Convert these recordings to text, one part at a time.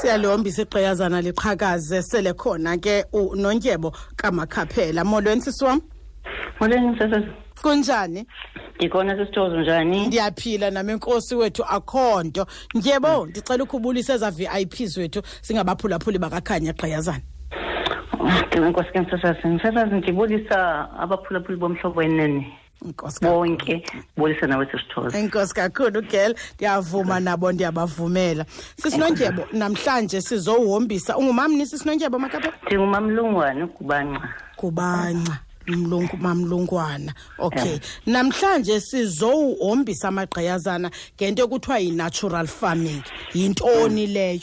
siyalihombisa iqeyazana liqhakaze sele khona ke unontyebo kamakhaphela molweni sisi wam molweni msese kunjani ndikhona sisithozo njani ndiyaphila nam inkosi wethu akho nto ntyebo ndicela ukhubulisa eza v i ps wethu singabaphulaphuli bakakhanya qeyazana ndiwe nkosi ke msesazi msesazi ndibulisa abaphulaphuli bomhlobo wenene inkosi kakhulu. bonke bulisa nawe sisithozo enkosi kakhulu gel ndiyavuma nabo ndiyabavumela sisinontyebo namhlanje sizowuhombisa ungumamni sisinontyebo makaphela ndingumamlungwane ukubanca kubanca mlungu mamlungwana okay namhlanje sizowuhombisa amagqiyazana ngento ekuthiwa yi-natural farming yintoni leyo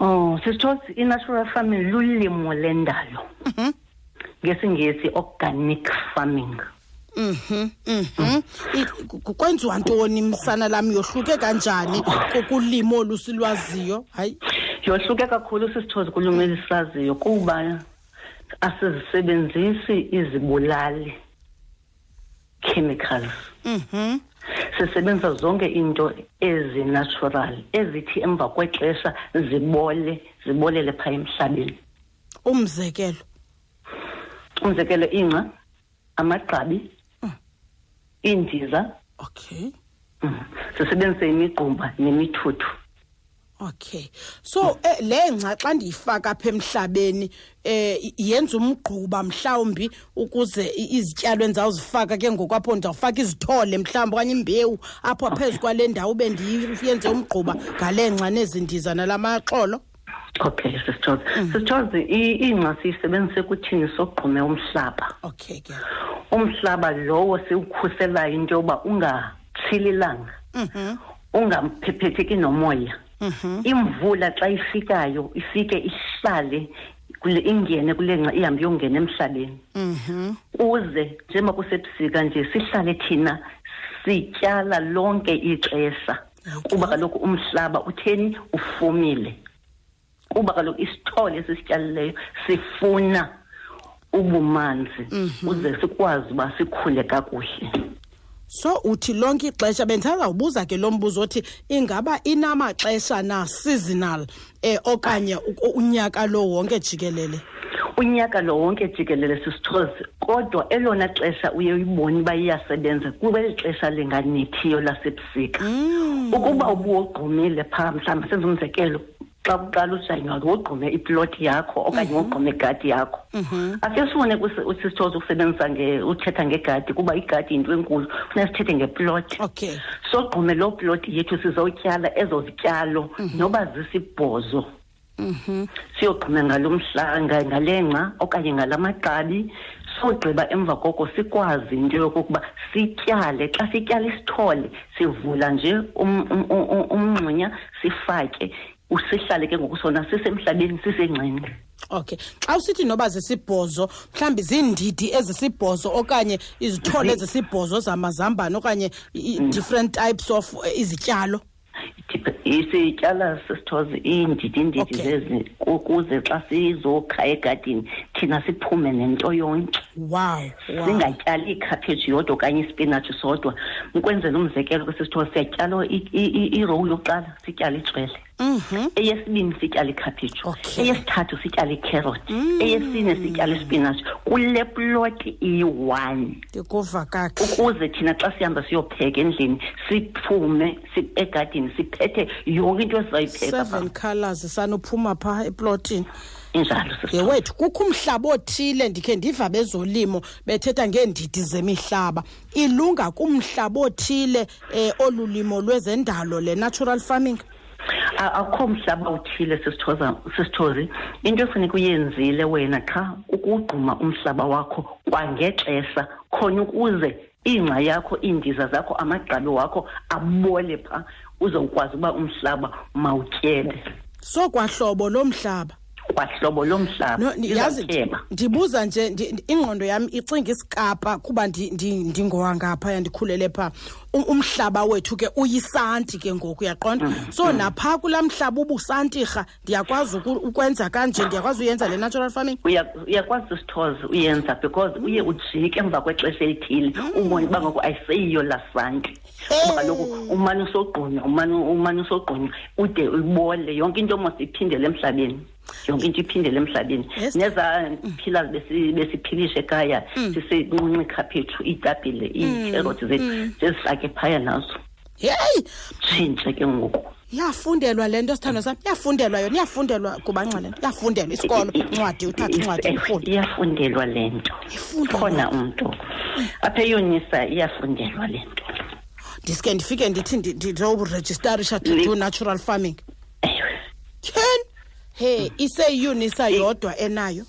oh sisithozo i-natural farming lulimo lendalo Mhm. ngesingesi organic farming Mhm, mhm. I- ku- ku- kwenziwa ntoni msana lam yohluke kanjani kukulimo olusilwaziyo hayi yohluke kakhulu sisithozi kulwimi elisilaziyo kuba asizisebenzisi izibulali chemicals Mhm, sisebenzisa zonke iinto ezinatural ezithi emva kwexesha zibole zibolele phaa emhlabeni umzekelo umzekelo ingca amagqabi Mm. iindiza okay mm, sisebenzise imigqumba nemithuthu okay so eh, le ngca xa ndiyifaka apha emhlabeni eh i- yenza umgquba mhlawumbi ukuze i- izityalo endizawuzifaka ke ngokwapho ndizawufaka izithole mhlawumbi okanye imbewu apho phezu kwale ndawo bendiyenze umgquba ngale ngca nezindiza nala maxolo okay sisithoze sisithoze ingca siyisebenzise kuthini sogqume umhlaba okay ke umhlaba lowo siwukhuselayo into yoba ungatshili ilanga mhm ungaphepheteki nomoya mhm imvula xa ifikayo ifike ihlale kule ingene kule ngca ihambe iyongena emhlabeni mhm kuze njengoba kusebusika nje sihlale thina sityala lonke ixesha Okay. kuba kaloku umhlaba utheni ufumile kuba kaloku isithole esisityalileyo sifuna ubumanzi uze sikwazi uba sikhule kakuhle so uthi lonke ixesha bendisazawubuza ke lo mbuzo othi ingaba inamaxesha na seasonal eh okanye u- unyaka lo wonke jikelele unyaka lo wonke jikelele sisithoze kodwa elona xesha uye uyibone uba iyasebenza kubeli xesha linganethiyo lasebusika Mm, ukuba ubuwogqumile phaa mhlawumbi senza umzekelo xa kuqala ujanuwari wogqume iploti yakho okanye wogqume igadi yakho ake sifune kusi- usisithoze ukusebenzisa nge- uthetha ngegadi kuba igadi yinto enkulu funeka sithethe ngeploti okay sogqume loo ploti yethu sizotyala ezo zityalo noba zisibhozo Mhm. siyogquma ngalo mhla nga- ngale ngca okanye ngala maqabi sogqiba emva koko sikwazi into yokokuba sityale xa sityala isithole sivula nje um- um- um- umngxunya sifake usihlale ke ngoku sona sisemhlabeni sisengcini okay xa usithi noba zisibhozo mhlawumbi ziindidi ezisibhozo okanye izithole ezisibhozo zamazambane okanye i- i- different types of eh, izityalo Dip- isityala sisithoze iindidindidi Okay. zezi ukuze xa sizokha egadini thina siphume nento yonke wow wow singatyali ikhaphetshu yodwa okanye ispinatshi sodwa ukwenzela umzekelo kwesisithiwa siyatyala i- i- i- irowu yokuqala sityale itswele Mhm. eyesibini sityale ikhaphetshu Okay. Mm. eyesithathu sityale ikherothi eyesine sityale ispinatshi kule ploti iyi-one ndikuva kakhe ukuze thina xa sihamba siyopheka endlini siphume si- egadini siphethe yonke into esizayipheka seven phaa. colors sanuphuma phaa eplotini injalo sisithiwa yewethu kukho umhlaba othile ndikhe ndiva bezolimo bethetha ngeendidi zemihlaba ilunga kumhlaba othile um olu limo lwezendalo le-natural farming A- akho mhlaba uthile sisithoza sisithozi into efuneka uyenzile wena qha kukugquma umhlaba wakho kwangexesha khona ukuze ingca yakho iindiza zakho amagqabi wakho abole phaa uzawukwazi uba umhlaba mawutyebe sokwahlobo lomhlaba kwahlobo lomhlaba No, ni- yazi izawutyeba ndibuza nje ndi- ndi- ingqondo yam icinga isikapa kuba ndi- ndi- ndingowangapha yandikhulele phaa u- Um-, umhlaba wethu ke uyisanti ke ngoku uyaqonda so naphaa kulaa mhlaba ubusantirha ndiyakwazi uku- ukwenza kanje ndiyakwazi uyenza le natural farming Uya- uyakwazi isithozi uyenza because uye ujike emva kwexesha elithile ubone uba ngoku ayiseyiyo laa santi kuba kaloku umane usogqunywa umane umane usogqunywa ude ubole yonke into mos iphindele emhlabeni yonke into iphindele emhlabeni Yes. nezaa pillars besi- besiphilisha ekhaya sisinqunqa ikhaphetshu iitapile iikherothi zethu sizifake phaya nazo yeyi tshintshe ke ngoku iyafundelwa le nto sithando sam iyafundelwa yona iyafundelwa kubanxele nto iyafundelwa isikolo ncwadi uthatha incwadi Ewe, ufunde iyafundelwa le nto Ifundelwa. khona umntu apha eyunisa iyafundelwa le nto ndiske ndifike ndithi ndi- ndizowurejistarisha to do natural farming ewe tyheni he iseyunisa yodwa enayo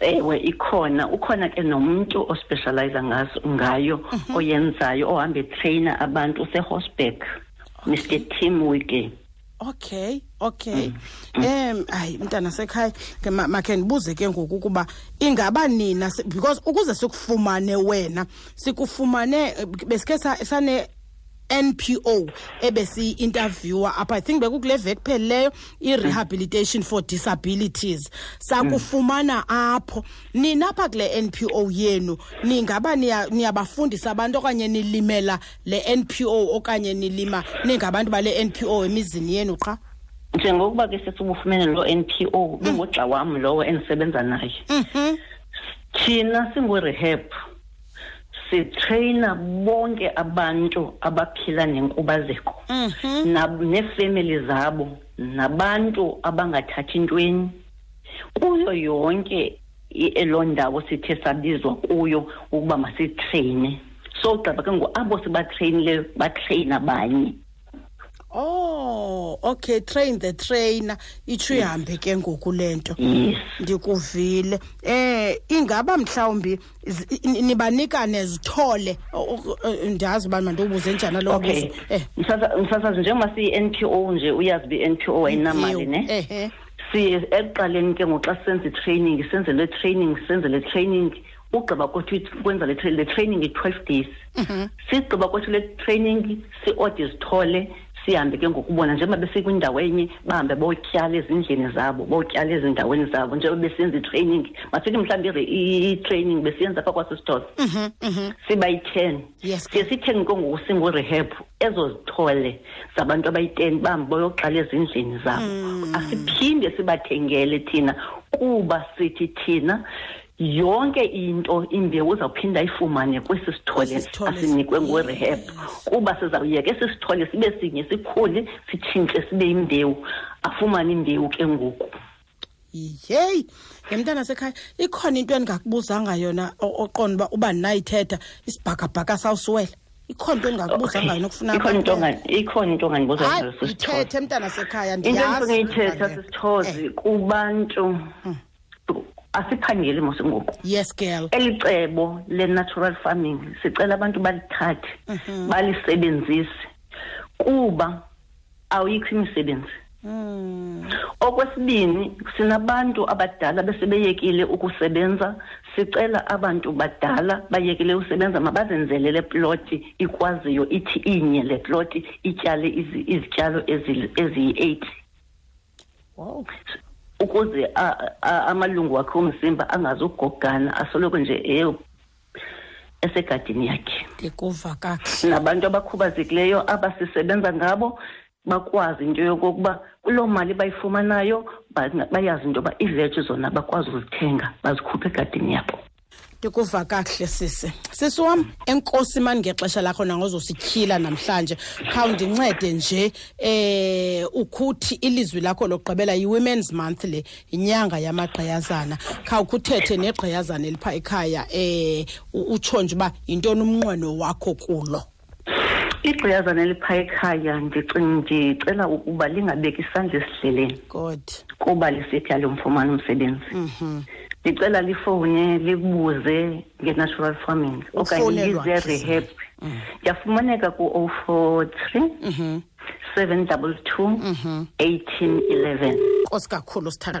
ewe ikhona ukhona ke nomntu ospecializa ngazo ngayo Mhm. oyenzayo ohamba etrayina abantu usehorsback mr tim wike okay okay um hayi mntana sekhaya ke ma- makhe ndibuze ke ngoku ukuba ingaba nina si- because ukuze sikufumane wena sikufumane eh, besikhe sa- sane NPO ebesiyi-interviewer apha i think bekukule veki pheleleyo i-rehabilitation for disabilities sakufumana apho nina apha kule NPO yenu ningaba niya- niyabafundisa abantu okanye nilimela le NPO okanye nilima ningabantu bale NPO emizini yenu qha njengokuba ke sesibufumene loo n p Mm. o bengugxa wam lowo endisebenza naye Mhm. thina singu-rehab sitreyina bonke abantu abaphila nenkubazeko Mhm. na- neefemeli zabo nabantu abangathathi ntweni kuyo yonke i- eloo ndawo sithe sabizwa kuyo ukuba masitreyine sogqiba ke ngoabo sibatreyinileyo batreyina abanye oh okay train the trainer itsho ihambe ke ngoku le nto yes ndikuvile eh ingaba mhlawumbi zi- ni- nibanika nezithole o- o- o- ndiyazi uba mandiwubuze njani alowa okay eh Msasa- msasazi njengoba siyi-n p o nje uyazi uba i-n p o wayinamali ne ehe siye ekuqaleni ke ngoxa sisenza itraining senze le training senze le training ugqiba kwethu kwenza le, tra- le training i-twelve days sigqiba kwethu le training siode izithole sihambe ke ngokubona njengoba besikwindawo enye bahambe botyala ezindlini zabo botyala ezindaweni zabo njengoba besenza itraining masithi mhlawumbi i- i- i-training besiyenza phaa kwasisithole Mhm, mhm. siba yi-ten Yes. siye sithenge ke ngoku singurehab ezo zithole zabantu abayi-ten bahambi boyoqala ezindlini zabo Hmm. asiphinde sibathengele thina kuba sithi thina yonke into imbewu uzawuphinda ayifumane kwesi sithole Kwesi sithole asinikwe si- ngurehab kuba sizawuyeka esi sithole sibe sinye sikhule sitshintshe sibe yimbewu afumane imbewu ke ngoku yeyi ngemntana sekhaya ikhona into endingakubuzanga yona o- oqonda uba uba ndinayithetha isibhakabhaka sawusiwela ikhona into endingakubuzanga yona okufuna Ikhona abantu- into onga- ikhona into ongandibuza Hayi, ngayo Sisi Thole. yithethe mntana sekhaya into ndiyazi endifuna uyithetha Eh, sisithozi kubantu asiphangeli mosengoku yes girl eli cebo le-natural farming sicela abantu balithathe balisebenzise kuba awuyikho imisebenzi Mm. okwesibini sinabantu abadala besebeyekile ukusebenza sicela abantu badala bayekile usebenza mabazenzele le ploti ikwaziyo ithi inye le ploti ityale izi- izityalo ezili- eziyi-eight wow ukuze a- a- amalungu wakhe omzimba angazugogana asoloko nje eyo esegadini yakhe ndikuva kakuhle nabantu abakhubazekileyo abasisebenza ngabo bakwazi into yokokuba kuloo mali bayifumanayo bana- bayazi into yoba iveji zona bakwazi uzithenga bazikhuphe egadini yabo ndikuva kakuhle sisi sisi wam enkosi mani ngexesha lakho nangozosityhila namhlanje khawundincede nje eh ukuthi ilizwi lakho lokugqibela yi-women's month le yinyanga yamagqiyazana khawukhe uthethe negqiyazana elipha ekhaya eh u- utsho nje uba yintoni umnqweno wakho kulo igqiyazana eliphaa ekhaya ndicinga ndicela ukuba lingabeki isandla esidleleni god Mhm. kuba lisithi alumfumani umsebenzi ndicela lifowune libuze nge-natural farming okanye Ufowunelwa lize ke rehab ndiyafumaneka ku-o four three seven double two eighteen eleven nkosi kakhulu sithanda